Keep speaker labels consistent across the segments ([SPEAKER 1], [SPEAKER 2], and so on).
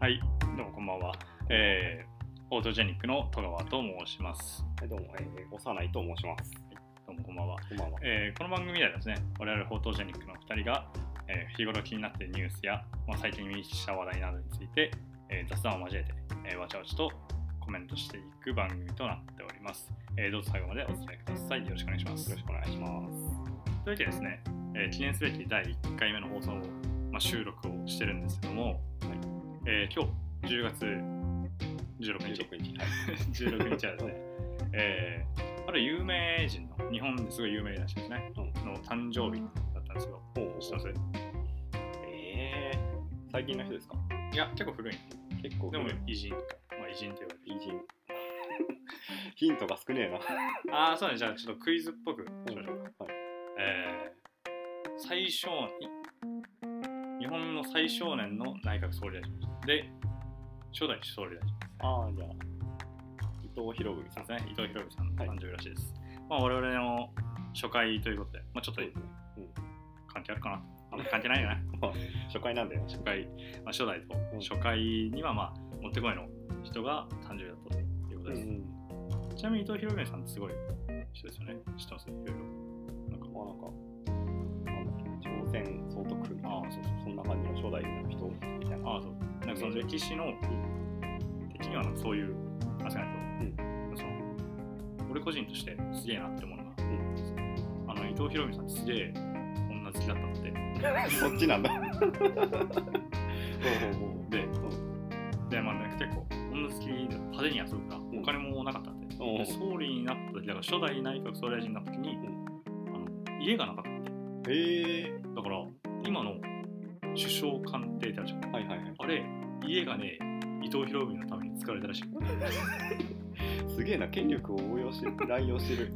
[SPEAKER 1] はい、どうもこんばんは。えー、オートジェニックの戸川と申します。
[SPEAKER 2] はい、どうも、えー、幼いと申します。
[SPEAKER 1] どうもこんばんは。
[SPEAKER 2] こんばんは。
[SPEAKER 1] えーこの番組ではですね、我々フォートジェニックの2人が、えー日頃気になっているニュースや、まあ、最近見した話題などについて、えー雑談を交えて、えーわちゃわちゃとコメントしていく番組となっております。えーどうぞ最後までお伝えください。よろしくお願いします。
[SPEAKER 2] よろしくお願いします。
[SPEAKER 1] というわけでですね、えー記念すべき第1回目の放送を、まあ、収録をしてるんですけども、えー今日10月16日
[SPEAKER 2] 16日。はい。
[SPEAKER 1] 16日はですね、えーある有名人の日本ですごい有名な人ですね、
[SPEAKER 2] うん
[SPEAKER 1] の誕生日だったんですよ。知ってます
[SPEAKER 2] えー、最近の人ですか
[SPEAKER 1] いや結構古い
[SPEAKER 2] 結構
[SPEAKER 1] で
[SPEAKER 2] 古
[SPEAKER 1] も
[SPEAKER 2] い、
[SPEAKER 1] 偉人まあ、偉人と言われて
[SPEAKER 2] 偉人。ヒントが少ねえな。
[SPEAKER 1] るああそうねじゃあちょっとクイズっぽくしましょうか、
[SPEAKER 2] はい
[SPEAKER 1] えー最小い日本の最小年の内閣総理大臣で初代総理大臣
[SPEAKER 2] ああ、じゃあ、伊藤博文さ
[SPEAKER 1] そ
[SPEAKER 2] ん
[SPEAKER 1] う。ですね、伊藤博文さんの誕生日らしいです。まあ、我々の初回ということで、まあ、ちょっと
[SPEAKER 2] そうですねうん
[SPEAKER 1] 関係あるかな。あんまり関係ないよね。
[SPEAKER 2] 初回なんだよ。
[SPEAKER 1] 初回、まあ、初代と
[SPEAKER 2] うん
[SPEAKER 1] 初回には、まあ、もってこいの人が誕生日だったということ
[SPEAKER 2] う
[SPEAKER 1] です。
[SPEAKER 2] ん。
[SPEAKER 1] ちなみに伊藤博文さんってすごい人ですよね。知ってますいろいろ。なんか、
[SPEAKER 2] まあなんか、なんだっけ、朝鮮総督府
[SPEAKER 1] ああ、そうそう
[SPEAKER 2] そんな感じの初代の人みた いな。
[SPEAKER 1] ああ、そう。なんかその歴史の的にはなんかそういう話がないと、その俺個人としてすげえなって思うのが、あの伊藤博文さんってすげえ女好きだったって。
[SPEAKER 2] そっちなんだ。ほうほうほう。
[SPEAKER 1] で、 で、まあね、結構、女好きで派手に遊ぶから、
[SPEAKER 2] ん
[SPEAKER 1] お金もなかったんで、
[SPEAKER 2] おう
[SPEAKER 1] で総理になった時、だから初代内閣総理大臣になった時に、あの家がなかったんで、
[SPEAKER 2] え
[SPEAKER 1] だから、今の首相官邸ってあるじゃん。
[SPEAKER 2] ー、はいはいはい。
[SPEAKER 1] あれ、家がね、伊藤博文のために作られたらしい。
[SPEAKER 2] すげえな、権力を応用して、乱用してる。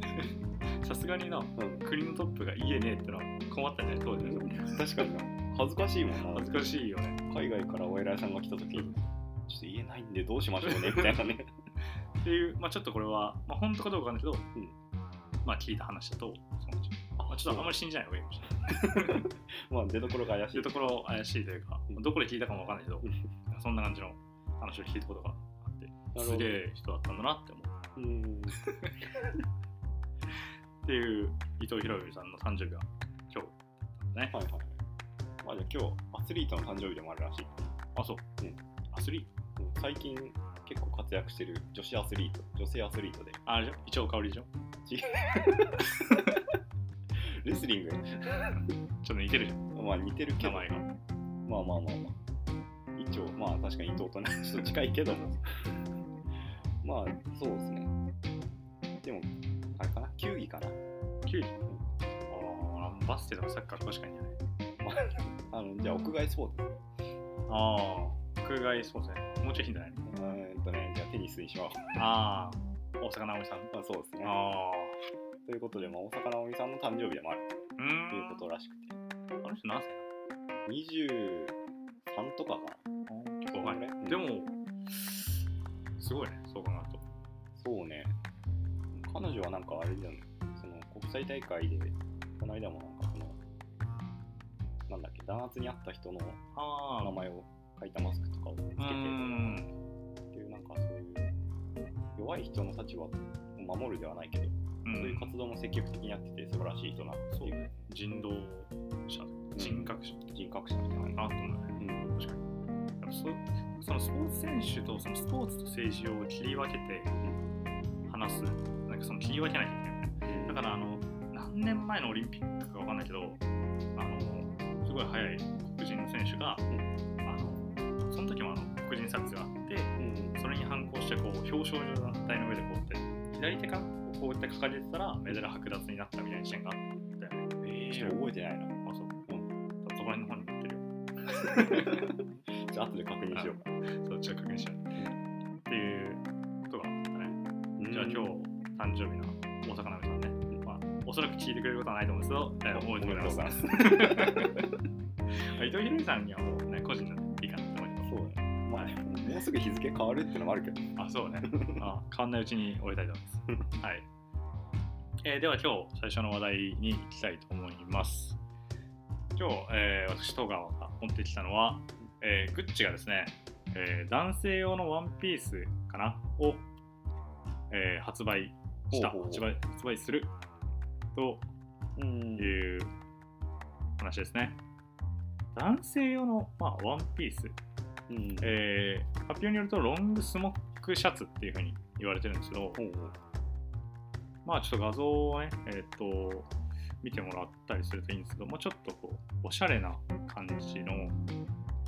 [SPEAKER 1] さすがにな、
[SPEAKER 2] うん。
[SPEAKER 1] 国のトップが家ねえってのは困ったんじゃない当時の人
[SPEAKER 2] 確かにな恥ずかしいもんな
[SPEAKER 1] 恥ずかしいよね。
[SPEAKER 2] 海外からお偉いさんが来た時ちょっと言えないんでどうしましょうねみたいなね
[SPEAKER 1] っていう、まあちょっとこれは、まあ本当かどうかわかんないけど、
[SPEAKER 2] ん
[SPEAKER 1] まあ聞いた話だと、そうなんですよ まあちょっとあんまり信じない方がいいかもしれない。
[SPEAKER 2] まあ出どころが怪
[SPEAKER 1] と
[SPEAKER 2] し
[SPEAKER 1] い
[SPEAKER 2] いう
[SPEAKER 1] ところ怪しいというか、
[SPEAKER 2] うん
[SPEAKER 1] どこで聞いたかもわかんないけど
[SPEAKER 2] う、
[SPEAKER 1] そんな感じの話を聞いたことがあって、
[SPEAKER 2] なるほ
[SPEAKER 1] す
[SPEAKER 2] ど
[SPEAKER 1] げえ人だったんだなって思う。
[SPEAKER 2] うん
[SPEAKER 1] っていう伊藤博文さんの誕生日は今日だったね。
[SPEAKER 2] はいはいはいまあじゃあ今日アスリートの誕生日でもあるらしい、
[SPEAKER 1] あ、そう。
[SPEAKER 2] うん
[SPEAKER 1] アスリート
[SPEAKER 2] うん最近結構活躍してる女子アスリート女性アスリートで
[SPEAKER 1] あれでしょ一応香りでしょ
[SPEAKER 2] レスリング
[SPEAKER 1] ちょっと似てるじゃん、
[SPEAKER 2] まあ似てるけ
[SPEAKER 1] 名
[SPEAKER 2] ど
[SPEAKER 1] 前が。
[SPEAKER 2] まあまあまあまあ一応まあ確かに伊藤とね ちょっと近いけどもまあそうですねでもあれかな球技かな
[SPEAKER 1] キュウリ。ああ、バスケとかサッカーとかしかいないね。
[SPEAKER 2] あのじゃあ屋外スポーツ
[SPEAKER 1] ああ、空外スポーツね。もうちょいヒントないの
[SPEAKER 2] うーんとね、じゃあテニスにしよう。
[SPEAKER 1] ああ、大阪直美さん。
[SPEAKER 2] まあ、そうですね。
[SPEAKER 1] ああ、
[SPEAKER 2] ということで、まあ、大阪直美さんの誕生日でもある
[SPEAKER 1] うー。
[SPEAKER 2] というんことらしくて、
[SPEAKER 1] あの人何歳
[SPEAKER 2] 23とかかな。
[SPEAKER 1] なの結構若いね
[SPEAKER 2] そん。ぐ
[SPEAKER 1] で
[SPEAKER 2] らい
[SPEAKER 1] も、すごいね、そう考えると。
[SPEAKER 2] そうね。彼女はなんかあれだよね、その国際大会で、この間もなんかその、なんだっけ、弾圧にあった人の
[SPEAKER 1] ああ、
[SPEAKER 2] 名前を書いたマスクとかをつけて
[SPEAKER 1] う、ん。
[SPEAKER 2] っていう、なんかそういう、弱い人の立場を守るではないけど、
[SPEAKER 1] うん
[SPEAKER 2] そういう活動も積極的にやってて、素晴らしい人なっていう
[SPEAKER 1] 人道者、人格者
[SPEAKER 2] 人格者みたいな。
[SPEAKER 1] だなと思うね。
[SPEAKER 2] うん
[SPEAKER 1] 確かに。やっぱそそのスポーツ選手とそのスポーツと政治を切り分けて話す、なんかその切り分けなきゃいけないよね。だからあの、何年前のオリンピックかわかんないけど、あの、すごい速い黒人の選手が、あの、その時もあの黒人差別があって、
[SPEAKER 2] うん
[SPEAKER 1] それに反抗してこう表彰台の上でこうやって左手からこうやって掲げてたらメダル剥奪になったみたいな事件があったよね。
[SPEAKER 2] ちょっと覚えてないな。
[SPEAKER 1] あ、そう。
[SPEAKER 2] う
[SPEAKER 1] そこら辺の方に載ってるよ。
[SPEAKER 2] じゃあ後で確認しようか。
[SPEAKER 1] そっちは確認しよう。っていうことがあったね。じゃあ今日
[SPEAKER 2] 日
[SPEAKER 1] 誕生日の大阪なめさんね。まあ、おそらく聞いてくれることはないと思うんですけど、 えー、おめでとうございます。
[SPEAKER 2] そう
[SPEAKER 1] 伊藤博美さんにはもうね、個人なんでいいかなって思います。
[SPEAKER 2] だね。まあね、もうすぐ日付変わるってのもあるけど。
[SPEAKER 1] あ、そう ね。あ変わんないうちに終えたいと思います。はい。えーでは今日最初の話題に行きたいと思います。今日、えー私、戸川が持ってきたのは、えーグッチがですね、えー男性用のワンピースかなを、えー発売した
[SPEAKER 2] ほうほう
[SPEAKER 1] 発売発売すると
[SPEAKER 2] うん
[SPEAKER 1] いう話ですね男性用の、まあ、ワンピース、
[SPEAKER 2] うん
[SPEAKER 1] えー発表によるとロングスモックシャツっていうふうに言われてるんですけど
[SPEAKER 2] ほうほう
[SPEAKER 1] まあちょっと画像をねえっ、と見てもらったりするといいんですけどもうちょっとこうおしゃれな感じの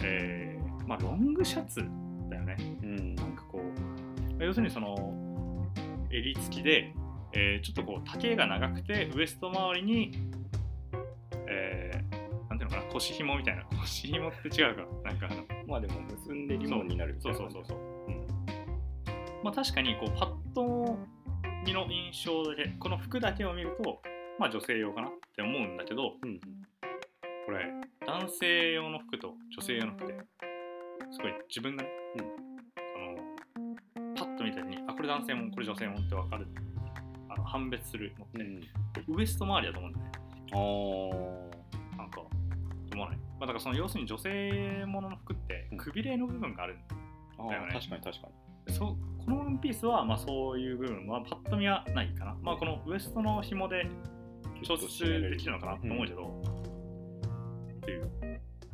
[SPEAKER 1] えーまあロングシャツだよね
[SPEAKER 2] うん
[SPEAKER 1] なんかこう要するにその襟付きで、えーちょっとこう丈が長くてウエスト周りに、えーなんていうのかな腰紐みたいな腰紐って違うかなんかあの
[SPEAKER 2] まあでも結んでリボンになるみた
[SPEAKER 1] そ
[SPEAKER 2] いうな
[SPEAKER 1] そう
[SPEAKER 2] 感じ
[SPEAKER 1] そうそう、
[SPEAKER 2] うん
[SPEAKER 1] まあ、確かにこうパッと見の印象だけこの服だけを見るとまあ女性用かなって思うんだけど
[SPEAKER 2] うん
[SPEAKER 1] これ男性用の服と女性用の服ですごい自分がね、あのパッと見た時にあこれ男性もこれ女性もって分かるあの判別するのって、
[SPEAKER 2] うん
[SPEAKER 1] ウエスト周りだと思うんだよね
[SPEAKER 2] あー
[SPEAKER 1] なんか思わない、まあ、だからその要するに女性ものの服って
[SPEAKER 2] うん
[SPEAKER 1] くびれの部分がある、
[SPEAKER 2] あー
[SPEAKER 1] だよね
[SPEAKER 2] 確かに確か
[SPEAKER 1] そこのワンピースは、まあ、そういう部分はパッと見はないかな、まあ、このウエストの紐で
[SPEAKER 2] に
[SPEAKER 1] 調節できるのかなと思うけ
[SPEAKER 2] ゃ
[SPEAKER 1] ど、っていう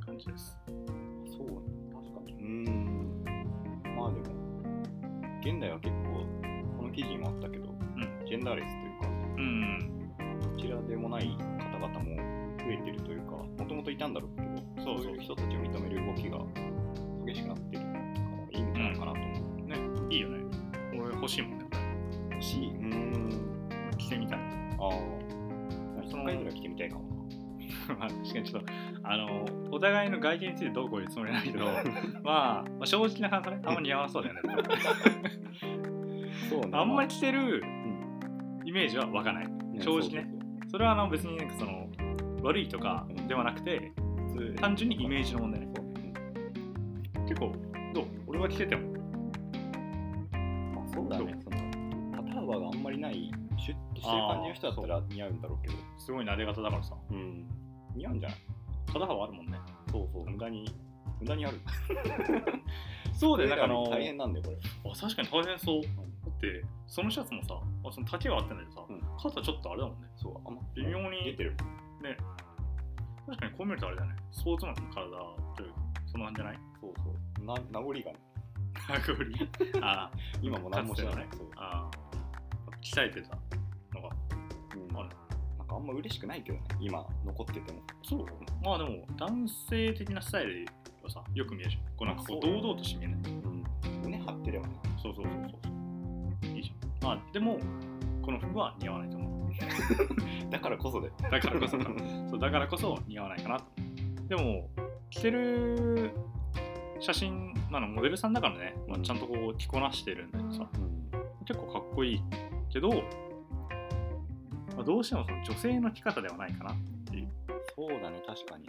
[SPEAKER 1] 感じです
[SPEAKER 2] んそうね確かにうんまあでも現代は結構この記事にもあったけど、
[SPEAKER 1] ん
[SPEAKER 2] ジェンダーレスというか
[SPEAKER 1] うん
[SPEAKER 2] どちらでもない方々も増えてるというかもともといたんだろうけ
[SPEAKER 1] そ
[SPEAKER 2] ど
[SPEAKER 1] うそう
[SPEAKER 2] いう人たちを認める動きが激しくなってるからいいんじゃないかなと思う、
[SPEAKER 1] ねいいよね俺欲しいもんね
[SPEAKER 2] しうん
[SPEAKER 1] 着てみたい
[SPEAKER 2] ああ
[SPEAKER 1] その
[SPEAKER 2] 1回ぐらい来てみたいかも
[SPEAKER 1] まあ確かにちょっとあのお互いの外見についてどうこう言うつもりはないけどまあ、まあ正直な感想ねあんま似合わなそうだよね
[SPEAKER 2] そうね
[SPEAKER 1] あんまり
[SPEAKER 2] り
[SPEAKER 1] 着てるイメージは湧かない正直ねそれはあの別になんかその悪いとかではなくて
[SPEAKER 2] 普通
[SPEAKER 1] 単純にイメージの問題ね
[SPEAKER 2] そうね
[SPEAKER 1] 結構どう俺は着てても
[SPEAKER 2] まあ、そうだねその肩幅があんまりないシュッとしてる感じの人だったら似合うんだろうけど
[SPEAKER 1] すごい撫で方だからさ
[SPEAKER 2] うん似合うんじゃない
[SPEAKER 1] 肩幅あるもんね
[SPEAKER 2] そうそう無駄に無駄に ある
[SPEAKER 1] そうだよなんかあの
[SPEAKER 2] 大変なんだよこれ
[SPEAKER 1] あ確かに大変そうだってそのシャツもさあその丈は合ってないけどさ、
[SPEAKER 2] うん
[SPEAKER 1] 肩ちょっとあれだもんね
[SPEAKER 2] そうあんま
[SPEAKER 1] 微妙に
[SPEAKER 2] 出てる
[SPEAKER 1] ね確かにこう見るとあれだねスポーツマンの体というそのなんじゃない
[SPEAKER 2] そうそうな名残がね
[SPEAKER 1] あこ れあ
[SPEAKER 2] 今も何もしてないそう、
[SPEAKER 1] あ鍛えてたのが
[SPEAKER 2] うん、
[SPEAKER 1] ある
[SPEAKER 2] なんかあんま嬉しくないけどね今残ってても
[SPEAKER 1] そうまあでも男性的なスタイルはさよく見えるじゃんこうなんかこう
[SPEAKER 2] あそ
[SPEAKER 1] 堂
[SPEAKER 2] う
[SPEAKER 1] 々として見えない
[SPEAKER 2] うん胸張ってればね
[SPEAKER 1] そうそうそうそういいじゃんまあでもこの服は似合わないと思う
[SPEAKER 2] だからこそで
[SPEAKER 1] だからこそそうだからこそ似合わないかなとでも着てる写真、まあ、モデルさんだからね、まあ、ちゃんとこう着こなしてるんだけどさ
[SPEAKER 2] うん
[SPEAKER 1] 結構かっこいいけど、まあ、どうしてもその女性の着方ではないかな
[SPEAKER 2] そうだね確かに、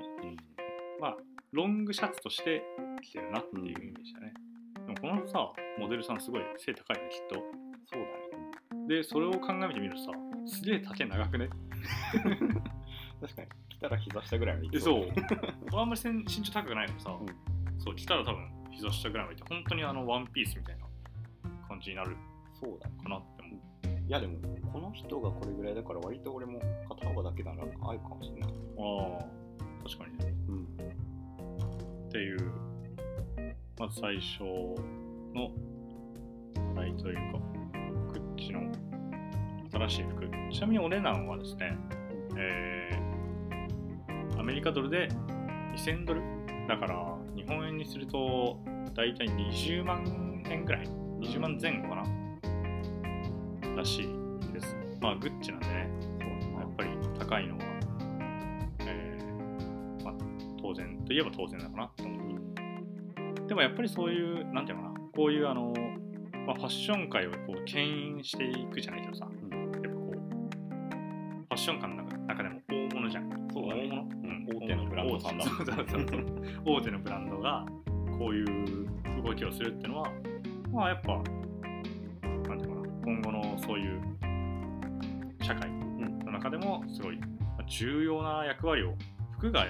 [SPEAKER 1] ロングシャツとして着てるなっていうイメージだね、でもこのさモデルさんすごい背高いねきっと
[SPEAKER 2] そうだね
[SPEAKER 1] でそれを考えてみるとさすげえ丈長くね
[SPEAKER 2] 確かに来たら膝下ぐらいまでい
[SPEAKER 1] え
[SPEAKER 2] け
[SPEAKER 1] そうう 俺あんまり身身長高くないからさ、
[SPEAKER 2] うん
[SPEAKER 1] そう着たら多分膝下ぐらいまでいて本当にあのワンピースみたいな感じになる
[SPEAKER 2] そうだね
[SPEAKER 1] かなって思う
[SPEAKER 2] いやでもこの人がこれぐらいだから割と俺も片方だけなら合うかもしれない、
[SPEAKER 1] ああ確かにね
[SPEAKER 2] うん、
[SPEAKER 1] っていうまず最初の話題というかグッチの新しい服ちなみにお値段はですねえーアメリカドルで2000ドルだから日本円にすると大体20万円ぐらい20万前後かならしいですまあグッチなんでね
[SPEAKER 2] そう
[SPEAKER 1] やっぱり高いのは、えーまあ、当然といえば当然なのかなと思うでもやっぱりそういうなんていうのかなこういうあの、まあ、ファッション界をこう牽引していくじゃないけどさ、
[SPEAKER 2] ん
[SPEAKER 1] やっぱこうファッション界の中中でも大物じゃん
[SPEAKER 2] そうだ
[SPEAKER 1] 大
[SPEAKER 2] ね
[SPEAKER 1] 物、
[SPEAKER 2] 大手のブランドさんだ
[SPEAKER 1] 大手そうそう そうそう大手のブランドがこういう動きをするっていうのはまあやっぱなんていうのかな今後のそういう社会の中でもすごいまあ重要な役割を服が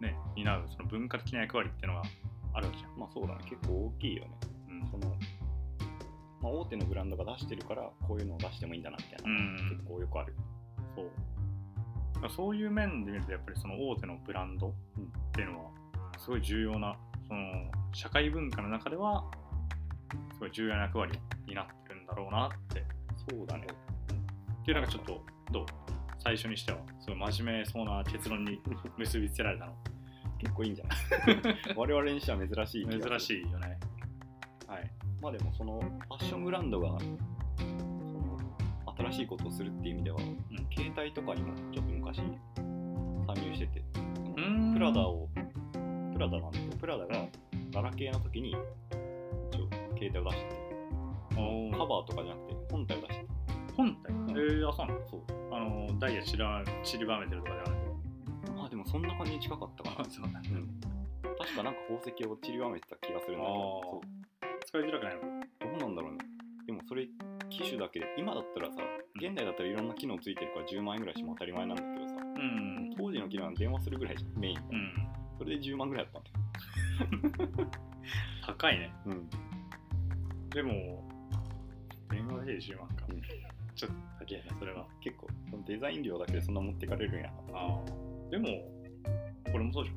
[SPEAKER 1] ね担うその文化的な役割っていうのがあるわけじゃん。
[SPEAKER 2] まあそうだね、結構大きいよね。
[SPEAKER 1] うん
[SPEAKER 2] その、まあ、大手のブランドが出してるから、こういうのを出してもいいんだなみたいな、
[SPEAKER 1] うん
[SPEAKER 2] 結構よくある。
[SPEAKER 1] そうだからそういう面で見るとやっぱりその大手のブランドっていうのはすごい重要なその社会文化の中ではすごい重要な役割になってるんだろうなって
[SPEAKER 2] そうだね。
[SPEAKER 1] っていうなんかちょっとどう最初にしてはすごい真面目そうな結論に結びつけられたの
[SPEAKER 2] 結構いいんじゃない 我々にしては珍しい気がする。
[SPEAKER 1] 珍しいよねはい
[SPEAKER 2] まあでもそのファッションブランドがその新しいことをするっていう意味では、携帯とかにもちょっと昔参入してて
[SPEAKER 1] うーん
[SPEAKER 2] プラダをプラダなんだけどプラダがガラケーの時に一応携帯を出して
[SPEAKER 1] お
[SPEAKER 2] てカ
[SPEAKER 1] ー
[SPEAKER 2] バーとかじゃなくて本体を出してて
[SPEAKER 1] 本体えー、あそうなの
[SPEAKER 2] そう
[SPEAKER 1] あのダイヤちりば散りばめてるとかではな
[SPEAKER 2] あでもそんな感じに近かったかな
[SPEAKER 1] く そうだね
[SPEAKER 2] うん確かなんか宝石を散りばめてた気がするんだけど
[SPEAKER 1] あー
[SPEAKER 2] そう
[SPEAKER 1] 使いづらくないの
[SPEAKER 2] どうなんだろうねでもそれ機種だけで今だったらさ現代だったらいろんな機能ついてるから10万円ぐらいしても当たり前なんだけどさ
[SPEAKER 1] うん
[SPEAKER 2] 当時の機能は電話するぐらいメイン
[SPEAKER 1] うん
[SPEAKER 2] それで10万ぐらいだった
[SPEAKER 1] 高いね
[SPEAKER 2] んだよ、
[SPEAKER 1] でも、電話で10万か
[SPEAKER 2] うん。
[SPEAKER 1] ちょっと高いね、それは。
[SPEAKER 2] 結構そのデザイン料だけでそんな持ってかれるんや
[SPEAKER 1] ああ。でも、これもそうじ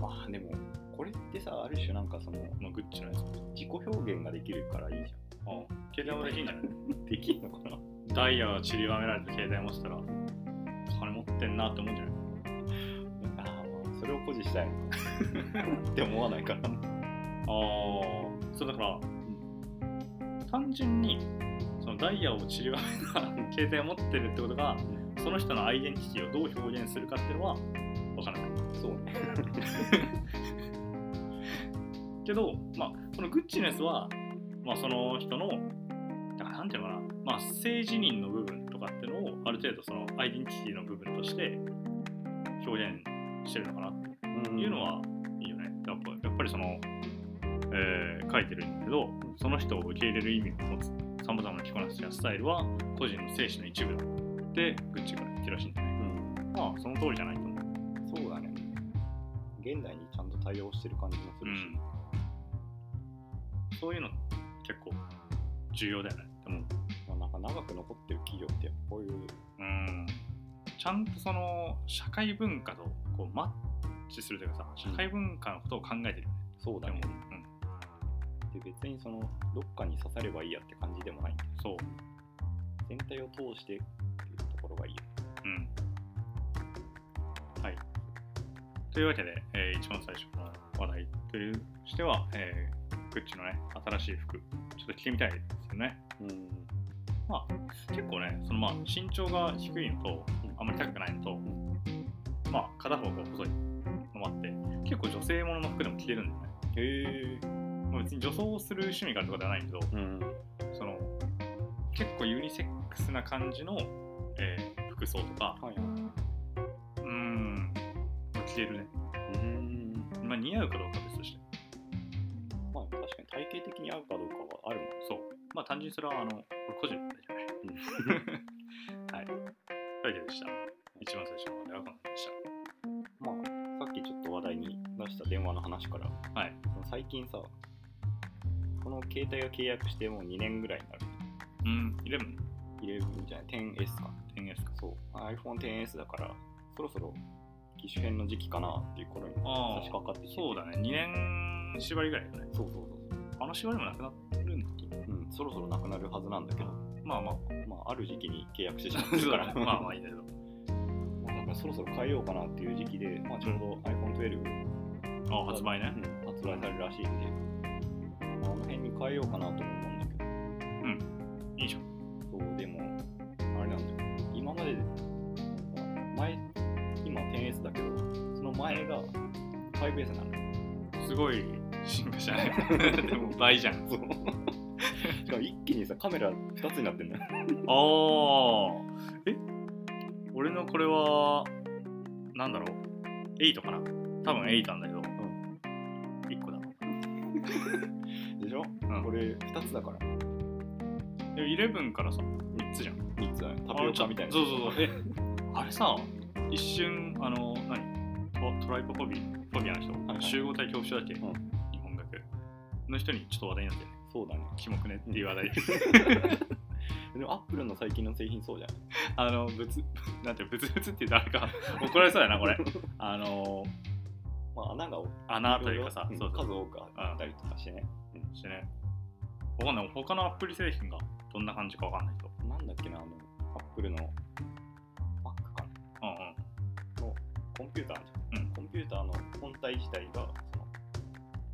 [SPEAKER 2] まあでもこれってさある種なんかその
[SPEAKER 1] ゃん。まあ、グッチのやつ。あ
[SPEAKER 2] 自己表現ができるからいいじ
[SPEAKER 1] あ。携帯もできんじゃない
[SPEAKER 2] ゃんできんのかな
[SPEAKER 1] ダイヤが散りばめられて携帯持ってたら、金持ってんなって思うんじゃない
[SPEAKER 2] ああまあそれを誇示したい って思わないから
[SPEAKER 1] ああ。そうだから、単純に、そのダイヤを散りばめたら、携帯を持ってるってことが、その人のアイデンティティをどう表現するかっていうのは、わからない。
[SPEAKER 2] そうね
[SPEAKER 1] けど、まあ、そのグッチのやつは、まあ、その人のだからなんていうのかな、まあ、性自認の部分とかっていうのをある程度そのアイデンティティの部分として表現してるのかなって
[SPEAKER 2] うん
[SPEAKER 1] いうのはいいよねやっぱやっぱりその、えー書いてるんだけどその人を受け入れる意味を持つさまざまな着こなしやスタイルは個人の精神の一部だってグッチが言ってるらしいんだね
[SPEAKER 2] うん
[SPEAKER 1] まあその通りじゃないと思う
[SPEAKER 2] そうだね現代にちゃんと対応してる感じもするし、
[SPEAKER 1] うん、そういうの結構重要だよねでも
[SPEAKER 2] まあ、なんか長く残ってる企業ってこういう
[SPEAKER 1] うんちゃんとその社会文化とこうマッチするというかさ社会文化のことを考えてるよね、
[SPEAKER 2] そうだね
[SPEAKER 1] でも、うん、
[SPEAKER 2] で別にそのどっかに刺さればいいやって感じでもない
[SPEAKER 1] そう
[SPEAKER 2] 全体を通してっていうところがいいよ
[SPEAKER 1] うんはいというわけで、えー一番最初の話題というしては、えー、グッチのね新しい服ちょっと着てみたいですよね
[SPEAKER 2] うん
[SPEAKER 1] まあ結構ねそのまあ身長が低いのとあんまり高くないのと、まあ片方が細いのもあって結構女性ものの服でも着てるんだよね
[SPEAKER 2] へえ
[SPEAKER 1] まあ別に女装をする趣味があるとかではないけど、
[SPEAKER 2] うん
[SPEAKER 1] その結構ユニセックスな感じの、えー服装とか
[SPEAKER 2] はいう
[SPEAKER 1] ーん着てるね、
[SPEAKER 2] うん
[SPEAKER 1] まあ、似合うかどうかは別として
[SPEAKER 2] まあ確かに体型的に合うかどうかはあるもん
[SPEAKER 1] そうまあ単純にそれはあの俺個人の問題じゃない はいというわけでした一番最初の話題はこの辺でし
[SPEAKER 2] まあさっきちょっと話題に出した電話の話から
[SPEAKER 1] たはい
[SPEAKER 2] 最近さこの携帯が契約してもう2年ぐらいになる
[SPEAKER 1] うんイレブン
[SPEAKER 2] 11じゃない 10S か
[SPEAKER 1] 10S か
[SPEAKER 2] そう iPhone10S だからそろそろ機種変の時期かなっていう頃に
[SPEAKER 1] あー
[SPEAKER 2] 差し掛かってきてて
[SPEAKER 1] そうだね2年縛りぐらいだね
[SPEAKER 2] そうそうそう
[SPEAKER 1] あの縛りもなくなってるんだっけ
[SPEAKER 2] そう、うん、そろそろなくなるはずなんだけど、
[SPEAKER 1] まあまあ
[SPEAKER 2] まあ、ある時期に契約してしまって
[SPEAKER 1] そ
[SPEAKER 2] る
[SPEAKER 1] う
[SPEAKER 2] か
[SPEAKER 1] だ
[SPEAKER 2] ら
[SPEAKER 1] ねまあまあいいんだけど
[SPEAKER 2] まあなんかそろそろ変えようかなっていう時期で、まあ、ちょうど iPhone12
[SPEAKER 1] あ発売ね
[SPEAKER 2] うん発売されるらしいんで、まあ、あの辺に変えようかなと思うんだけ
[SPEAKER 1] いいじゃん
[SPEAKER 2] どそうでもあれなんだよ今まで前今 10S だけどその前が 5S なの
[SPEAKER 1] すごい進化した ねでも倍じゃん
[SPEAKER 2] そう しかも一気にさカメラ2つになってんだよ
[SPEAKER 1] ああえ俺のこれはなんだろう8かな多分8なんだけど、1個だ
[SPEAKER 2] でしょ、
[SPEAKER 1] ん
[SPEAKER 2] これ2つだから
[SPEAKER 1] でも11からさ3つじゃん
[SPEAKER 2] 3つだねタピオカみたいな
[SPEAKER 1] あちょそうそうそうえあれさ一瞬あの何トトライポフォビフォビアの人、
[SPEAKER 2] いはい
[SPEAKER 1] 集合体恐怖症だっけ、
[SPEAKER 2] ん
[SPEAKER 1] の人にちょっと話題になってるね
[SPEAKER 2] そうだね。
[SPEAKER 1] キモくねっていう話題
[SPEAKER 2] でもアップルの最近の製品そうじゃん。
[SPEAKER 1] あのぶつなんていうのぶつぶつって誰か怒られそうやな これあの
[SPEAKER 2] まあ穴が多い
[SPEAKER 1] 穴というかさ
[SPEAKER 2] ん
[SPEAKER 1] そうそう
[SPEAKER 2] 数多くあったりとかしてね。
[SPEAKER 1] してねわかんない他のアプリ製品がどんな感じかわかんないけど
[SPEAKER 2] なんだっけな、あの、アップルの Mac かな
[SPEAKER 1] うんうん
[SPEAKER 2] コンピューターあるじゃん。
[SPEAKER 1] うん
[SPEAKER 2] コンピューターの本体自体が、その、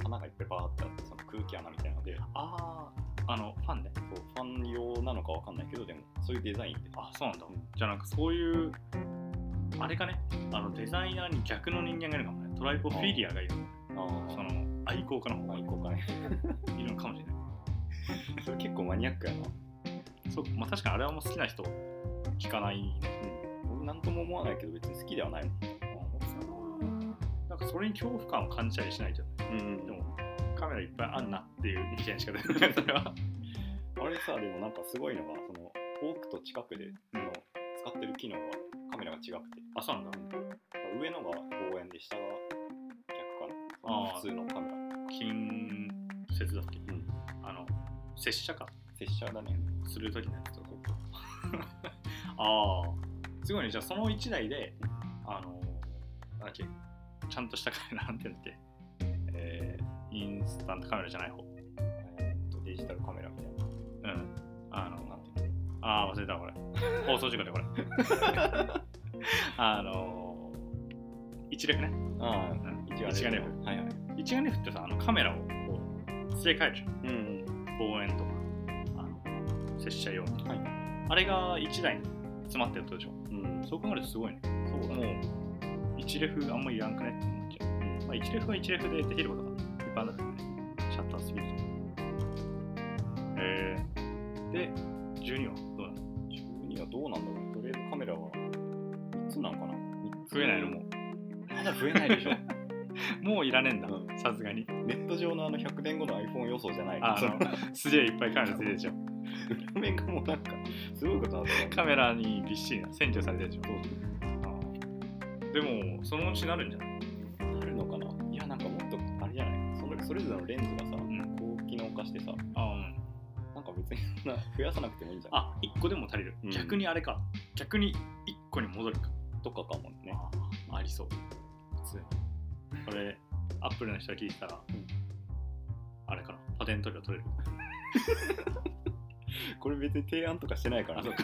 [SPEAKER 2] 穴がいっぱいバーってあって、その空気穴みたいなので、
[SPEAKER 1] あああのファンね
[SPEAKER 2] そうファン用なのかわかんないけど、でも、そういうデザインで。
[SPEAKER 1] あそうなんだ、
[SPEAKER 2] うん
[SPEAKER 1] じゃあなんかそういうあれかねあのデザイナーに逆の人間がいるかもねトライポフィリアがいる
[SPEAKER 2] あー
[SPEAKER 1] その愛好家の方
[SPEAKER 2] ま
[SPEAKER 1] が
[SPEAKER 2] あ、
[SPEAKER 1] い
[SPEAKER 2] 行こうかね。
[SPEAKER 1] るのかもしれない
[SPEAKER 2] それ結構マニアックやな。
[SPEAKER 1] そう、まあ、確かにあれはもう好きな人聞かないね
[SPEAKER 2] 僕なんとも思わないけど別に好きではないもん。
[SPEAKER 1] なんかそれに恐怖感を感じたりしないじゃない
[SPEAKER 2] うん
[SPEAKER 1] でもカメラいっぱいあんなっていう意見しか出 ないそれは
[SPEAKER 2] あれさでもなんかすごいのがそのフォークと近くで、その使ってる機能がカメラが違くて
[SPEAKER 1] あそうなんだ
[SPEAKER 2] 上のが望遠で下が逆か
[SPEAKER 1] あ
[SPEAKER 2] な
[SPEAKER 1] ー
[SPEAKER 2] 普通のカメラ、
[SPEAKER 1] 近接だっけ
[SPEAKER 2] うん、
[SPEAKER 1] あの拙者か
[SPEAKER 2] 拙者だね
[SPEAKER 1] する時のやつとか ああすごいねじゃあその1台であのなんだっけちゃんとしたカメラなんていうんだっけえーインスタントカメラじゃない方
[SPEAKER 2] えーっとデジタルカメラみたいな
[SPEAKER 1] うんあの
[SPEAKER 2] なんていうの
[SPEAKER 1] ああ忘れたこれ 放送事故でこれ あの一レフね、
[SPEAKER 2] あ
[SPEAKER 1] うん
[SPEAKER 2] あ一
[SPEAKER 1] 一
[SPEAKER 2] 応あ
[SPEAKER 1] 眼レ
[SPEAKER 2] れ
[SPEAKER 1] フ
[SPEAKER 2] はいはい
[SPEAKER 1] 一眼レフってさあのカメラをこう据え替えるじゃん
[SPEAKER 2] うんうん
[SPEAKER 1] 望遠とかあの接写用に、
[SPEAKER 2] はい
[SPEAKER 1] あれが1台に詰まってるってことでしょ
[SPEAKER 2] うん
[SPEAKER 1] そう考えるとすごいね
[SPEAKER 2] そうだ
[SPEAKER 1] もう
[SPEAKER 2] ね
[SPEAKER 1] 1レフあんまいらんくねって思っちゃう、まあ、1レフは1レフでできることがいっぱいあるんだけどねシャッタースピードえー、で12はどうなの
[SPEAKER 2] 12はどうなんだろうとりあえずカメラは3つなんかな三つ
[SPEAKER 1] 増えないのも
[SPEAKER 2] まだ増えないでしょ
[SPEAKER 1] もういらねえんだ
[SPEAKER 2] う
[SPEAKER 1] さすが に
[SPEAKER 2] ネット上のあの100年後の iPhone 予想じゃない
[SPEAKER 1] あ
[SPEAKER 2] その
[SPEAKER 1] のすげえいっぱいカメラついてるでしょ
[SPEAKER 2] 裏面がもうなんかすごいことなんだよ
[SPEAKER 1] カメラにびっしりな占拠されてるでしょあーでもそのうちなるんじゃない
[SPEAKER 2] あるのかないやなんかもっとあれじゃないそのそれぞれのレンズがさ、
[SPEAKER 1] ん
[SPEAKER 2] こう機能化してさな
[SPEAKER 1] あ、うん、
[SPEAKER 2] んか別にそんな 増やさなくてもいいんじゃない
[SPEAKER 1] あ1個でも足りる、
[SPEAKER 2] うん
[SPEAKER 1] 逆にあれか逆に1個に戻るか
[SPEAKER 2] とかかもね
[SPEAKER 1] あありそう普通にこれアップルの人が聞いてたら、
[SPEAKER 2] うん
[SPEAKER 1] あれかなパテント料取れる
[SPEAKER 2] これ別に提案とかしてないから
[SPEAKER 1] あそうか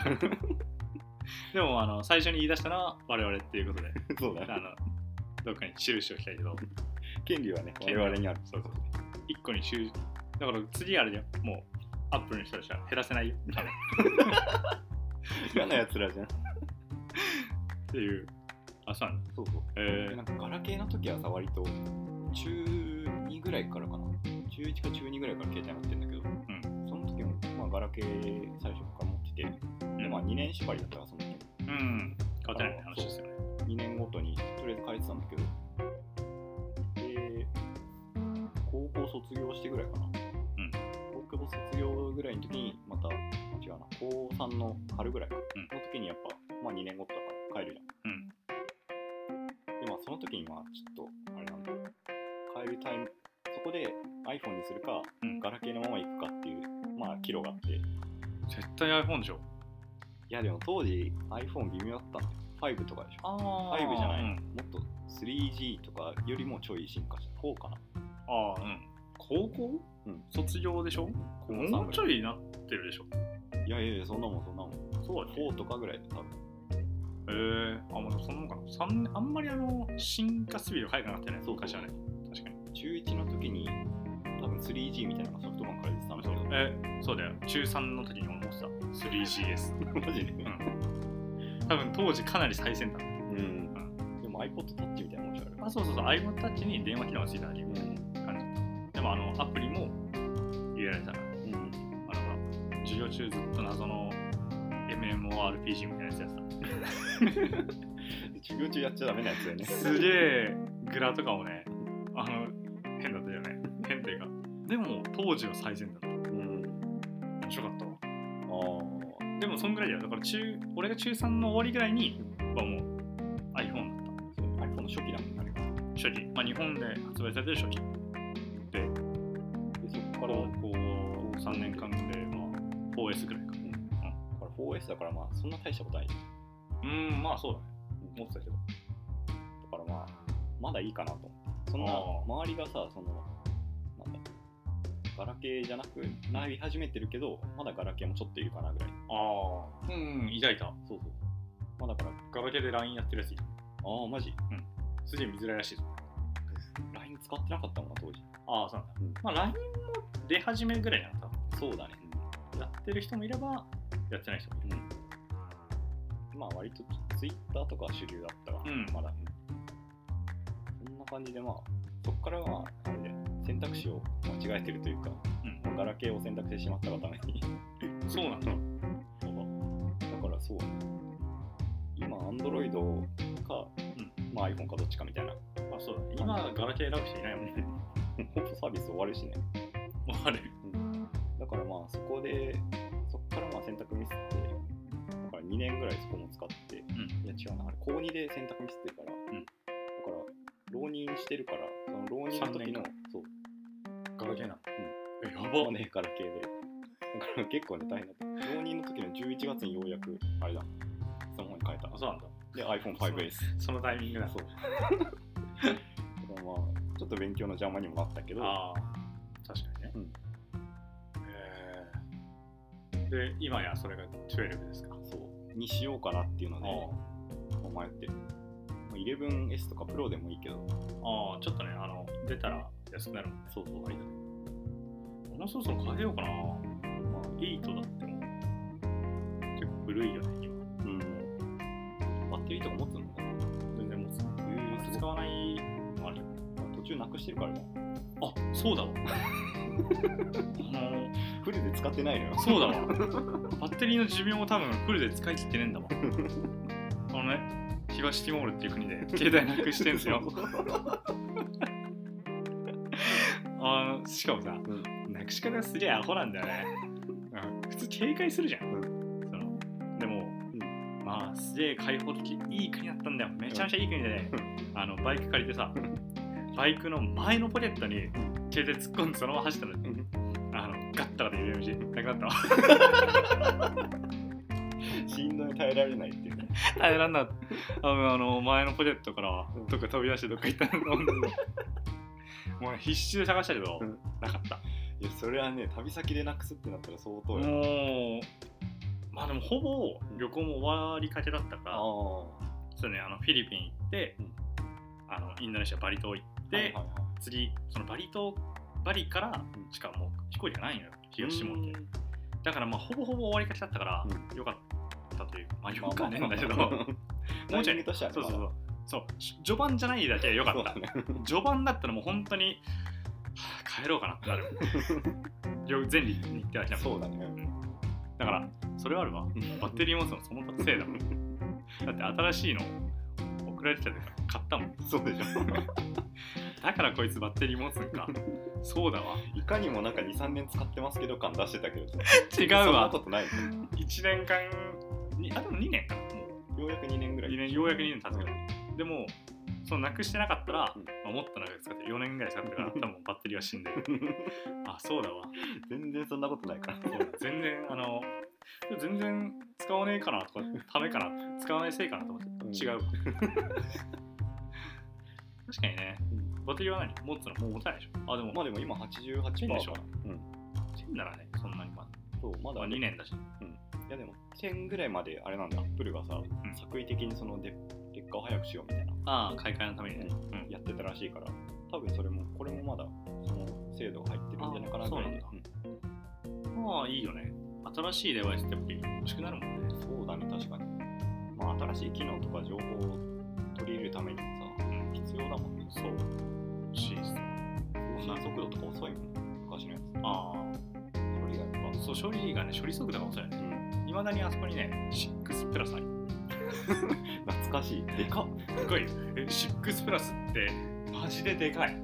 [SPEAKER 1] でもあの最初に言い出したのは我々っていうこと で
[SPEAKER 2] そうだ
[SPEAKER 1] あ
[SPEAKER 2] ね
[SPEAKER 1] のどっかに印をしたいけど
[SPEAKER 2] 権利はね我
[SPEAKER 1] 権利は
[SPEAKER 2] 々にある
[SPEAKER 1] そうそう1個に集だから次あれだよもうアップルの人たちは減らせないよ多分
[SPEAKER 2] 嫌なやつらじゃん
[SPEAKER 1] っていうあそうなんだ
[SPEAKER 2] そうそう
[SPEAKER 1] え
[SPEAKER 2] でなんかガラケーの時はさ割と中2ぐらいからかな中1か中2ぐらいから携帯持ってるんだけど、その時も、まあ、ガラケー最初から持ってて、
[SPEAKER 1] ー、
[SPEAKER 2] でまあ、2年縛りだったからその時も
[SPEAKER 1] うん変わってないね話ですよね
[SPEAKER 2] 2年ごとにとりあえず変えてたんだけどで高校卒業してぐらいかな、
[SPEAKER 1] うん
[SPEAKER 2] 高校卒業ぐらいの時にまた違うな高3の春ぐらいか、
[SPEAKER 1] うん
[SPEAKER 2] の時にやっぱ、まあ、2年ごとだから帰るじ
[SPEAKER 1] うん
[SPEAKER 2] ゃんでまあその時にまあちょっとあれなんだよ帰るタイムそこで iPhone にするか、
[SPEAKER 1] うん
[SPEAKER 2] ガラケーのまま行くかっていうまあ岐路があってい
[SPEAKER 1] 絶対 iPhone でしょ
[SPEAKER 2] やでも当時 iPhone 微妙だったんだよ5とかでしょ
[SPEAKER 1] ああ
[SPEAKER 2] 5じゃない、
[SPEAKER 1] うん
[SPEAKER 2] もっと 3G とかよりもちょい進化した4かな
[SPEAKER 1] ああうん高校、
[SPEAKER 2] うん
[SPEAKER 1] 卒業でしょ
[SPEAKER 2] 高三ぐらい
[SPEAKER 1] もうちょいなってるでしょ
[SPEAKER 2] いやいやいやそんなもんそんなもん
[SPEAKER 1] そうだね
[SPEAKER 2] 4とかぐらいで多分
[SPEAKER 1] へえあもうそんなもんかな三年あんまりあの進化スピード速くなってない
[SPEAKER 2] そうそう
[SPEAKER 1] 昔はね確かに
[SPEAKER 2] 中1の時に多分 3G みたいなのがソフトバンクから出てたんだ
[SPEAKER 1] そう
[SPEAKER 2] け
[SPEAKER 1] えそうだよ中3の時に思ってた 3GS
[SPEAKER 2] どマジで
[SPEAKER 1] 多分当時かなり最先端
[SPEAKER 2] うんでも iPod Touch みたいなもんじゃある
[SPEAKER 1] あそうそうそう iPodTouch に電話機能がついただけ
[SPEAKER 2] う
[SPEAKER 1] みたい
[SPEAKER 2] ん
[SPEAKER 1] な感じでもあのアプリも入れられたら
[SPEAKER 2] うん
[SPEAKER 1] あのほら授業中ずっと謎の MMORPG みたいなやつやってた
[SPEAKER 2] 授業中やっちゃダメなやつだよね
[SPEAKER 1] すげえグラとかもねあの変だったよね変というかでも当時は最先端だっ
[SPEAKER 2] うん
[SPEAKER 1] た面白かったわ
[SPEAKER 2] ああ
[SPEAKER 1] でもそんぐらいだよだから中俺が中3の終わりぐらいにはもう iPhone だっ
[SPEAKER 2] iPhone の初期だもんねあれが
[SPEAKER 1] た初期まあ日本で発売されてる初期で
[SPEAKER 2] でそ
[SPEAKER 1] 高
[SPEAKER 2] ここれは
[SPEAKER 1] 校3年間で、まあ、4S ぐらいか。
[SPEAKER 2] これ 4S だからまあそんな大したことない。だ
[SPEAKER 1] うん、まあそうだね。思ってたけど。
[SPEAKER 2] からまあまだいいかなと。そんな
[SPEAKER 1] あー
[SPEAKER 2] 周りがさそのなんだガラケーじゃなくなり始めてるけどまだガラケーもちょっといるかなぐらい。
[SPEAKER 1] ああ、うん、抱いた。
[SPEAKER 2] そうそう。まあだから
[SPEAKER 1] ガラケーで LINE やってるやついた。
[SPEAKER 2] ああマジ
[SPEAKER 1] すげえ見づらいらしいぞ。
[SPEAKER 2] LINE 使ってなかったもんな当時。
[SPEAKER 1] ああ、そうなんだ。
[SPEAKER 2] うん
[SPEAKER 1] まあ LINE も出始めぐらいなのか。
[SPEAKER 2] そうだね。
[SPEAKER 1] やってる人もいれば、やってない人もいる。
[SPEAKER 2] うん。まあ割とツイッターとかは主流だったから、
[SPEAKER 1] うん
[SPEAKER 2] まだ、そんな感じでまあそこからはあれで選択肢を間違えてるというか、
[SPEAKER 1] うん
[SPEAKER 2] もうガラケーを選択してしまったがために
[SPEAKER 1] そうなんだ。
[SPEAKER 2] そうだだからそう今アンドロイドか、
[SPEAKER 1] うん
[SPEAKER 2] まあ、iPhone かどっちかみたいな
[SPEAKER 1] まあそうだね。今、ガラケー選ぶ人いないもんね。
[SPEAKER 2] ほぼサービス終わるしね
[SPEAKER 1] あれ。
[SPEAKER 2] だからまあそこでそこからまあ選択ミスってだから2年ぐらいそこも使って
[SPEAKER 1] うん。
[SPEAKER 2] いや違うな、あれ、高2で選択ミスってるから、
[SPEAKER 1] ん
[SPEAKER 2] だから、浪人してるから、その浪人の時
[SPEAKER 1] 三
[SPEAKER 2] の
[SPEAKER 1] 年間、
[SPEAKER 2] そう、
[SPEAKER 1] ガラケーなの。え、や
[SPEAKER 2] まあ
[SPEAKER 1] ば。
[SPEAKER 2] ね、ガラケーで。だから結構ね、大変だった。浪人の時の11月にようやく、あれだ、スマホに変えた。
[SPEAKER 1] あ、そうなんだ。
[SPEAKER 2] で、iPhone5S。
[SPEAKER 1] そのタイミングだ。
[SPEAKER 2] そう。 だからまあ、ちょっと勉強の邪魔にもなったけど、
[SPEAKER 1] ああ、確かにね。
[SPEAKER 2] うん
[SPEAKER 1] へえで、今やそれが12ですか。
[SPEAKER 2] そう、にしようかなっていうので、まあ迷ってる。まあ 11S とか Pro でもいいけど、
[SPEAKER 1] ああ、ちょっとね、あの、出たら安くなるもんね。
[SPEAKER 2] そうそう、あれだ。
[SPEAKER 1] もうそろそろ変えようかな。
[SPEAKER 2] まあ、
[SPEAKER 1] 8だってもう、結構古いよね、今。
[SPEAKER 2] うん。バッテリーとか持つのかな
[SPEAKER 1] 全然持つ。
[SPEAKER 2] えーすごい
[SPEAKER 1] 使わないのもある。
[SPEAKER 2] 途中なくしてるからね。
[SPEAKER 1] あ、そうだわ。あ
[SPEAKER 2] フルで使ってないのよ
[SPEAKER 1] の、そうだわ。 バッテリーの寿命を多分フルで使い切ってねえんだわ。あのね、東ティモールっていう国で携帯なくしてんす よ。あのしかもさ、
[SPEAKER 2] う
[SPEAKER 1] なくし方がすげえアホなんだよね、うん、普通警戒するじゃん、
[SPEAKER 2] う
[SPEAKER 1] そのでも、まあすげえ開放的いい国だったんだよめちゃめちゃいい国でね、あのバイク借りてさバイクの前のポケットに携帯突っ込んでそのまま走ったのに、
[SPEAKER 2] うん
[SPEAKER 1] あのガッタガタ入れるしなくなったわ
[SPEAKER 2] しんどい耐えられないっていうね
[SPEAKER 1] 耐えらんな多分あの前のポケットから
[SPEAKER 2] うん
[SPEAKER 1] どっか飛び出してどっか行ったのもう必死で探したけど、
[SPEAKER 2] うん
[SPEAKER 1] なかった
[SPEAKER 2] いやそれはね旅先でなくすってなったら相当や
[SPEAKER 1] もうまあでもほぼ旅行も終わりかけだったから、
[SPEAKER 2] ああ
[SPEAKER 1] そうねあのフィリピン行って、
[SPEAKER 2] うん
[SPEAKER 1] あのインドネシアバリ島行って、
[SPEAKER 2] はいはいはい
[SPEAKER 1] 次そのバリ島バリから
[SPEAKER 2] うん
[SPEAKER 1] しかもう飛行機がないのよ東シモンっ
[SPEAKER 2] う
[SPEAKER 1] て
[SPEAKER 2] ん
[SPEAKER 1] だからまあほぼほぼ終わりかけだったから、
[SPEAKER 2] う
[SPEAKER 1] よかったというかまあよ
[SPEAKER 2] まあ
[SPEAKER 1] かねえんだけど、
[SPEAKER 2] まあ
[SPEAKER 1] も
[SPEAKER 2] タ
[SPEAKER 1] う
[SPEAKER 2] イ
[SPEAKER 1] ちょ
[SPEAKER 2] ミ
[SPEAKER 1] い
[SPEAKER 2] ングとしてはね
[SPEAKER 1] そうそうそ
[SPEAKER 2] まだ
[SPEAKER 1] うそう序盤じゃないだけはよかった、
[SPEAKER 2] そうだね
[SPEAKER 1] 序盤だったらもう本当にはあ帰ろうかな ってなるよ全日に行ってはきたもん
[SPEAKER 2] そうだね
[SPEAKER 1] だから、それはあるわ。バッテリー持つのそのせいだもん。だって新しいの送られてたから買ったもん。
[SPEAKER 2] そうでし
[SPEAKER 1] だからこいつバッテリー持つんか。そうだわ。
[SPEAKER 2] ょいかにもなんか23年使ってますけど感出してたけど
[SPEAKER 1] 違う
[SPEAKER 2] そんな
[SPEAKER 1] わ
[SPEAKER 2] こ。とないよ
[SPEAKER 1] 1年間に、あ、でも2年か。も
[SPEAKER 2] うやく2年ぐ
[SPEAKER 1] う
[SPEAKER 2] らい
[SPEAKER 1] 2年、ようやく2年経つぐらい。でも、そのなくしてなかったら、まあ、もっと長く使って、4年ぐらい使ってたから、多分バッテリーは死んで る。あ、そうだわ。
[SPEAKER 2] 全然そんなことないから
[SPEAKER 1] そう全然、あの、全然使わねえかなとか、ためかな、使わないせいかなと思って。違う。確かにね、バッテリーは何持つのもう持たないでしょ。あ、でも、
[SPEAKER 2] ま
[SPEAKER 1] ま
[SPEAKER 2] あでも今88%
[SPEAKER 1] でしょ
[SPEAKER 2] かなうん
[SPEAKER 1] あ、1000ならね、そんなにまだ。
[SPEAKER 2] そうま
[SPEAKER 1] ま
[SPEAKER 2] だ
[SPEAKER 1] あ、2年だし。
[SPEAKER 2] いやでも1000ぐらいまであれなんだアップルがさ、
[SPEAKER 1] ん
[SPEAKER 2] 作為的にそので劣化を早くしようみたいな
[SPEAKER 1] ああ、買い替えのためにね。う
[SPEAKER 2] やってたらしいから多分それもこれもまだその制度が入ってるんじゃないかな
[SPEAKER 1] あ
[SPEAKER 2] ぐらい
[SPEAKER 1] そうん。まあ、いいよね。新しいデバイスってやっぱり欲しくなるもんね。
[SPEAKER 2] うんそうだね確かにまあ新しい機能とか情報を取り入れるためにもさ
[SPEAKER 1] うん。
[SPEAKER 2] 必要だもんね
[SPEAKER 1] そう。欲しいです。
[SPEAKER 2] 更新速度とか遅いもん昔のやつ
[SPEAKER 1] あ
[SPEAKER 2] それがやっ
[SPEAKER 1] あ、そう、処理がね、処理速度が遅いよね。
[SPEAKER 2] ぱ、うん、
[SPEAKER 1] いまだにあそこにね、6プラスある。
[SPEAKER 2] 懐かしいでかっ
[SPEAKER 1] でかいよ。え、6プラスって、マジででかい。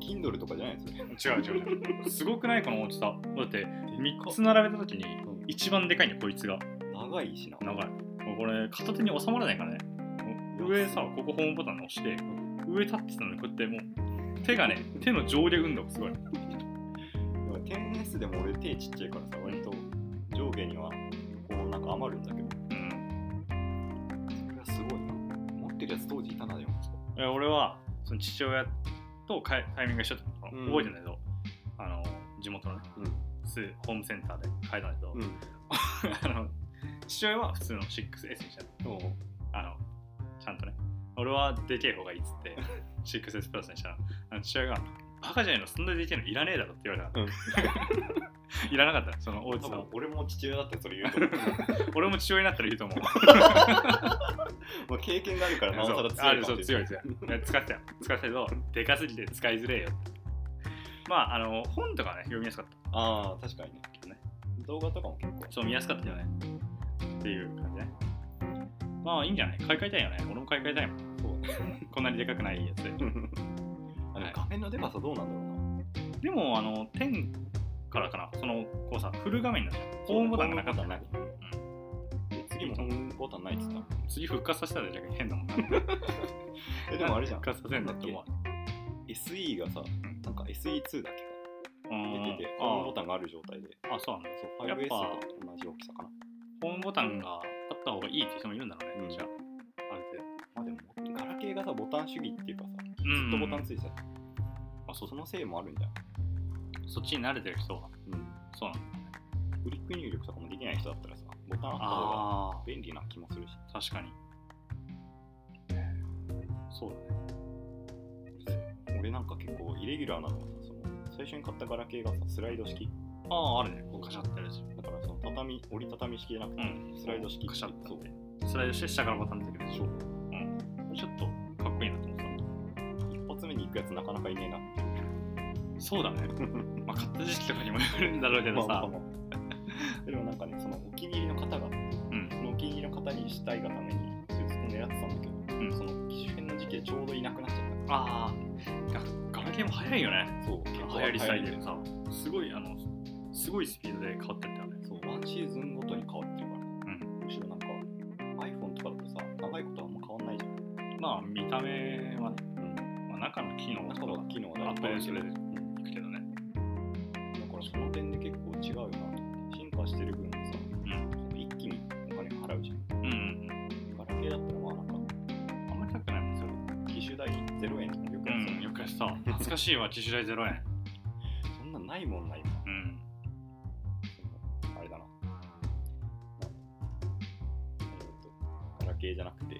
[SPEAKER 2] Kindle とかじゃないですよね
[SPEAKER 1] 違う違う違う。すごくないこの大きさ。だって、3つ並べたときに、一番でかいね、こいつが。
[SPEAKER 2] 長いしな
[SPEAKER 1] 長いもうこれ片手に収まらないからねもう上さここホームボタン押して上立ってたのにこうやってもう手がね手の上下運動がすごい
[SPEAKER 2] でも 10S でも俺手ちっちゃいからさ割と上下にはこうなんか余るんだけど
[SPEAKER 1] うん
[SPEAKER 2] それはすごいな持ってるやつ当時いたなでも
[SPEAKER 1] いや俺はその父親とかいタイミングが一緒だったの、
[SPEAKER 2] うん
[SPEAKER 1] 覚えてんだけどあの地元のね
[SPEAKER 2] うん
[SPEAKER 1] スーホームセンターで買えたんだけど、
[SPEAKER 2] う ん
[SPEAKER 1] あの父親は普通の 6S にしたの
[SPEAKER 2] そう
[SPEAKER 1] あのちゃんとね俺はでけえ方がいいっつって 6S プラスにしたのあの父親が「バカじゃないのそんなでけえのいらねえだろ」って言われたの、 いらなかったのその大内
[SPEAKER 2] 多
[SPEAKER 1] さん
[SPEAKER 2] 分
[SPEAKER 1] は
[SPEAKER 2] 俺も父親だってそれ言う と思う
[SPEAKER 1] 俺も父親になったらいいと思う
[SPEAKER 2] まあ経験があるからなおさら
[SPEAKER 1] そうあ
[SPEAKER 2] 強い
[SPEAKER 1] る
[SPEAKER 2] か
[SPEAKER 1] そ
[SPEAKER 2] も
[SPEAKER 1] う強
[SPEAKER 2] しれ
[SPEAKER 1] い強
[SPEAKER 2] ない
[SPEAKER 1] いいや使っちゃう使っちゃうけどでかすぎて使いづれえよってまああの本とかね読みやすかった
[SPEAKER 2] ああ確かにね
[SPEAKER 1] けどね
[SPEAKER 2] 動画とかも結構
[SPEAKER 1] そう見やすかったよねっていう感じねまあいいんじゃない買い替えたいよね俺も買い替えたいもん
[SPEAKER 2] そうね
[SPEAKER 1] こんなにでかくないやつで
[SPEAKER 2] あ
[SPEAKER 1] は
[SPEAKER 2] の
[SPEAKER 1] い
[SPEAKER 2] 画面のでかさどうなんだろうな
[SPEAKER 1] でもあの10からかなそのこうさフル画面だねホームボタンがなかった
[SPEAKER 2] な
[SPEAKER 1] ら
[SPEAKER 2] い。で次もホームボタンないって言って
[SPEAKER 1] 次復活させたら逆に変だもんな
[SPEAKER 2] た。 えでもあれじゃん。
[SPEAKER 1] 復活させるんだって思わ
[SPEAKER 2] SE がさ、
[SPEAKER 1] ん
[SPEAKER 2] なんか SE2 だっけか。出てて、ホームボタンがある状態で。
[SPEAKER 1] ああそうなんだ
[SPEAKER 2] そう、
[SPEAKER 1] やっ
[SPEAKER 2] 5S
[SPEAKER 1] ぱ
[SPEAKER 2] が同じ大きさかな。
[SPEAKER 1] ホームボタンがあった方がいいって人もいるんだろうね、
[SPEAKER 2] うん
[SPEAKER 1] じゃあある程度
[SPEAKER 2] まあでも、ガラケーがさ、ボタン主義っていうかさ、ず
[SPEAKER 1] うん
[SPEAKER 2] っとボタンついてた。
[SPEAKER 1] あそう
[SPEAKER 2] そ
[SPEAKER 1] そ
[SPEAKER 2] のせいもあるんじゃん。
[SPEAKER 1] そっちに慣れてる人は
[SPEAKER 2] うん。
[SPEAKER 1] そうなの
[SPEAKER 2] クリック入力とかもできない人だったらさ、ボタンあった方が
[SPEAKER 1] あ
[SPEAKER 2] 便利な気もするし。
[SPEAKER 1] あ確かにそうだね
[SPEAKER 2] 俺なんか結構イレギュラーなのはさ、その最初に買ったガラケーがさ、スライド式。
[SPEAKER 1] あああるねこうカシャってやるし
[SPEAKER 2] だからその畳、折りたたみ式じゃなくて、
[SPEAKER 1] うん
[SPEAKER 2] スライド式。
[SPEAKER 1] カシャって
[SPEAKER 2] そ
[SPEAKER 1] や
[SPEAKER 2] う。
[SPEAKER 1] ってスライドして下からボタン出てくるでしょ
[SPEAKER 2] そう
[SPEAKER 1] ちょっとかっこいいなと思った
[SPEAKER 2] 一発目に行くやつなかなかいねえなっていう
[SPEAKER 1] そう だねまあ買った時期とかにもよるんだろうけどさ、
[SPEAKER 2] まあまあまあ でもなんかねそのお気に入りの方が
[SPEAKER 1] うん
[SPEAKER 2] そのお気に入りの方にしたいがためにずっと狙ってたんだけど、
[SPEAKER 1] うん
[SPEAKER 2] その機種変の時期でちょうどいなくなっちゃっ
[SPEAKER 1] ああガガラケーも早いよね
[SPEAKER 2] たそう
[SPEAKER 1] 流
[SPEAKER 2] 結構
[SPEAKER 1] 行りさえ
[SPEAKER 2] 流行
[SPEAKER 1] でさすごいあのすごいスピードで変わってったよね
[SPEAKER 2] そうワンシーズンごとに変わってるか
[SPEAKER 1] ん
[SPEAKER 2] ら、むしろなんか iPhone とかだとさ長いことはあんま変わんないじゃん
[SPEAKER 1] まあ見た目はね、
[SPEAKER 2] う
[SPEAKER 1] まあ、中の機能
[SPEAKER 2] 中
[SPEAKER 1] と
[SPEAKER 2] の
[SPEAKER 1] か
[SPEAKER 2] 機能は
[SPEAKER 1] アップデートされる
[SPEAKER 2] うん
[SPEAKER 1] いくけどね
[SPEAKER 2] だからその点で結構違うよなと思って進化してる分さ
[SPEAKER 1] うん
[SPEAKER 2] その一気にお金払うじゃ
[SPEAKER 1] う
[SPEAKER 2] ん
[SPEAKER 1] んうんうん
[SPEAKER 2] ガラケーだったらまあなんか
[SPEAKER 1] あんまり高くないもんそれ
[SPEAKER 2] 機種代0円とかよくやる
[SPEAKER 1] うん、よくやってたわ。懐かしいわ、機種代0円。
[SPEAKER 2] そんなんないもんないもん
[SPEAKER 1] うん。
[SPEAKER 2] あれだな。えーとガラケーじゃなくて、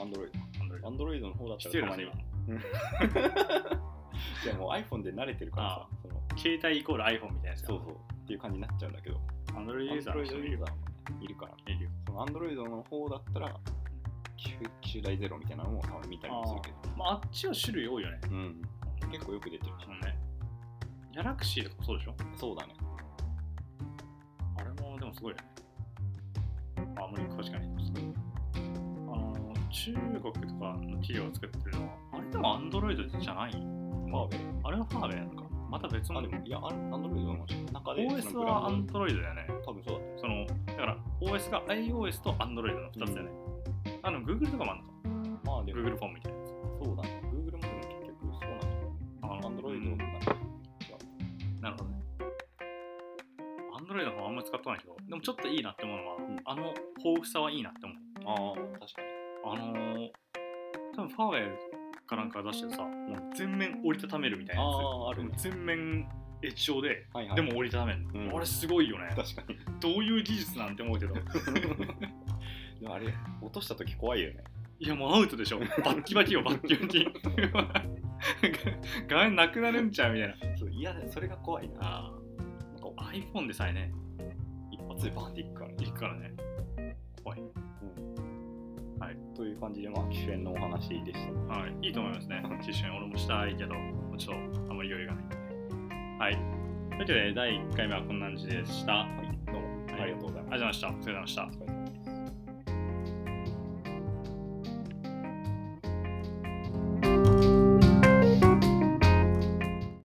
[SPEAKER 2] アンドロイ
[SPEAKER 1] なんだ
[SPEAKER 2] ド。ア
[SPEAKER 1] ろう
[SPEAKER 2] ンドロイドの方だった
[SPEAKER 1] 失礼だ
[SPEAKER 2] らたま
[SPEAKER 1] な、
[SPEAKER 2] に
[SPEAKER 1] 今。。
[SPEAKER 2] いやもう iPhone で慣れてるからさ、その
[SPEAKER 1] 携帯イコール iPhone みたいなやつ
[SPEAKER 2] そうそうっていう感じになっちゃうんだけど、
[SPEAKER 1] う。アンドロイドユーザー
[SPEAKER 2] Android
[SPEAKER 1] の人いる
[SPEAKER 2] ユー
[SPEAKER 1] よ
[SPEAKER 2] ザーもねいるから、
[SPEAKER 1] いるよ。
[SPEAKER 2] そのアンドロイドの方だったら、機種機種代ゼロみたいなのもたまに見たりもするけど、
[SPEAKER 1] まあ、あっちは種類多いよね。
[SPEAKER 2] うん、結構よく出てるし
[SPEAKER 1] そ、のね。ギャラクシーとかもそうでしょ
[SPEAKER 2] そうだね。
[SPEAKER 1] あれも、でもすごいよね。あ、あんまり詳しくないですけど。あの、中国とかの企業が作ってるのは、あれでもアンドロイドじゃない
[SPEAKER 2] ファーウェイ。
[SPEAKER 1] あれはファーウェイなのか。また別
[SPEAKER 2] あ、
[SPEAKER 1] の
[SPEAKER 2] で。も、いや、アンドロイドの中で、
[SPEAKER 1] OS
[SPEAKER 2] そのブラン
[SPEAKER 1] はア
[SPEAKER 2] ド
[SPEAKER 1] ンドロイドだよね。
[SPEAKER 2] 多分そうだと思う
[SPEAKER 1] そのだから OS が iOS と Android の2つだよね。あの Google とかもあるのか。
[SPEAKER 2] まあでも
[SPEAKER 1] Google フォンみたいなやつ。
[SPEAKER 2] そうだね。Google も結局そうなんだよ。
[SPEAKER 1] あの
[SPEAKER 2] Android の
[SPEAKER 1] うん
[SPEAKER 2] 中で
[SPEAKER 1] なるほどね。Android の方はあんまり使ってないけど、でもちょっといいなって思うのは、
[SPEAKER 2] ん
[SPEAKER 1] あの豊富さはいいなって思う。
[SPEAKER 2] ああ、確か
[SPEAKER 1] あのー、多分ファーウェイかなんか出してさ、もう全面折りたためるみたい
[SPEAKER 2] に。
[SPEAKER 1] なやつ。
[SPEAKER 2] あ、あ
[SPEAKER 1] もう。全面液晶で、
[SPEAKER 2] はいはい。
[SPEAKER 1] で、も折りたためる、
[SPEAKER 2] うん
[SPEAKER 1] あれすごいよね。
[SPEAKER 2] 確かに。
[SPEAKER 1] どういう技術なんて思うけど。
[SPEAKER 2] でもあれ、落としたとき怖いよね。
[SPEAKER 1] いやもうアウトでしょ。バッキバキよ、バッキバキ。 画面なくなるんちゃうみたいな。
[SPEAKER 2] そう、いや、それが怖いな。
[SPEAKER 1] あ
[SPEAKER 2] なんか、
[SPEAKER 1] あ、iPhone でさえね、
[SPEAKER 2] 一発でバーンっていくからね。
[SPEAKER 1] いくからね。怖い。
[SPEAKER 2] という感じで、まあ、主演のお話でした。
[SPEAKER 1] はい、いいと思いますね。実際俺もしたいけど、もうちょっとあんまり余裕がない。はい。というわけで、第1回目はこんな感じでした。あ
[SPEAKER 2] はい、どうも、ありがとうござい
[SPEAKER 1] りがとうご
[SPEAKER 2] ま
[SPEAKER 1] ざいました。お疲れ様でした。
[SPEAKER 2] す。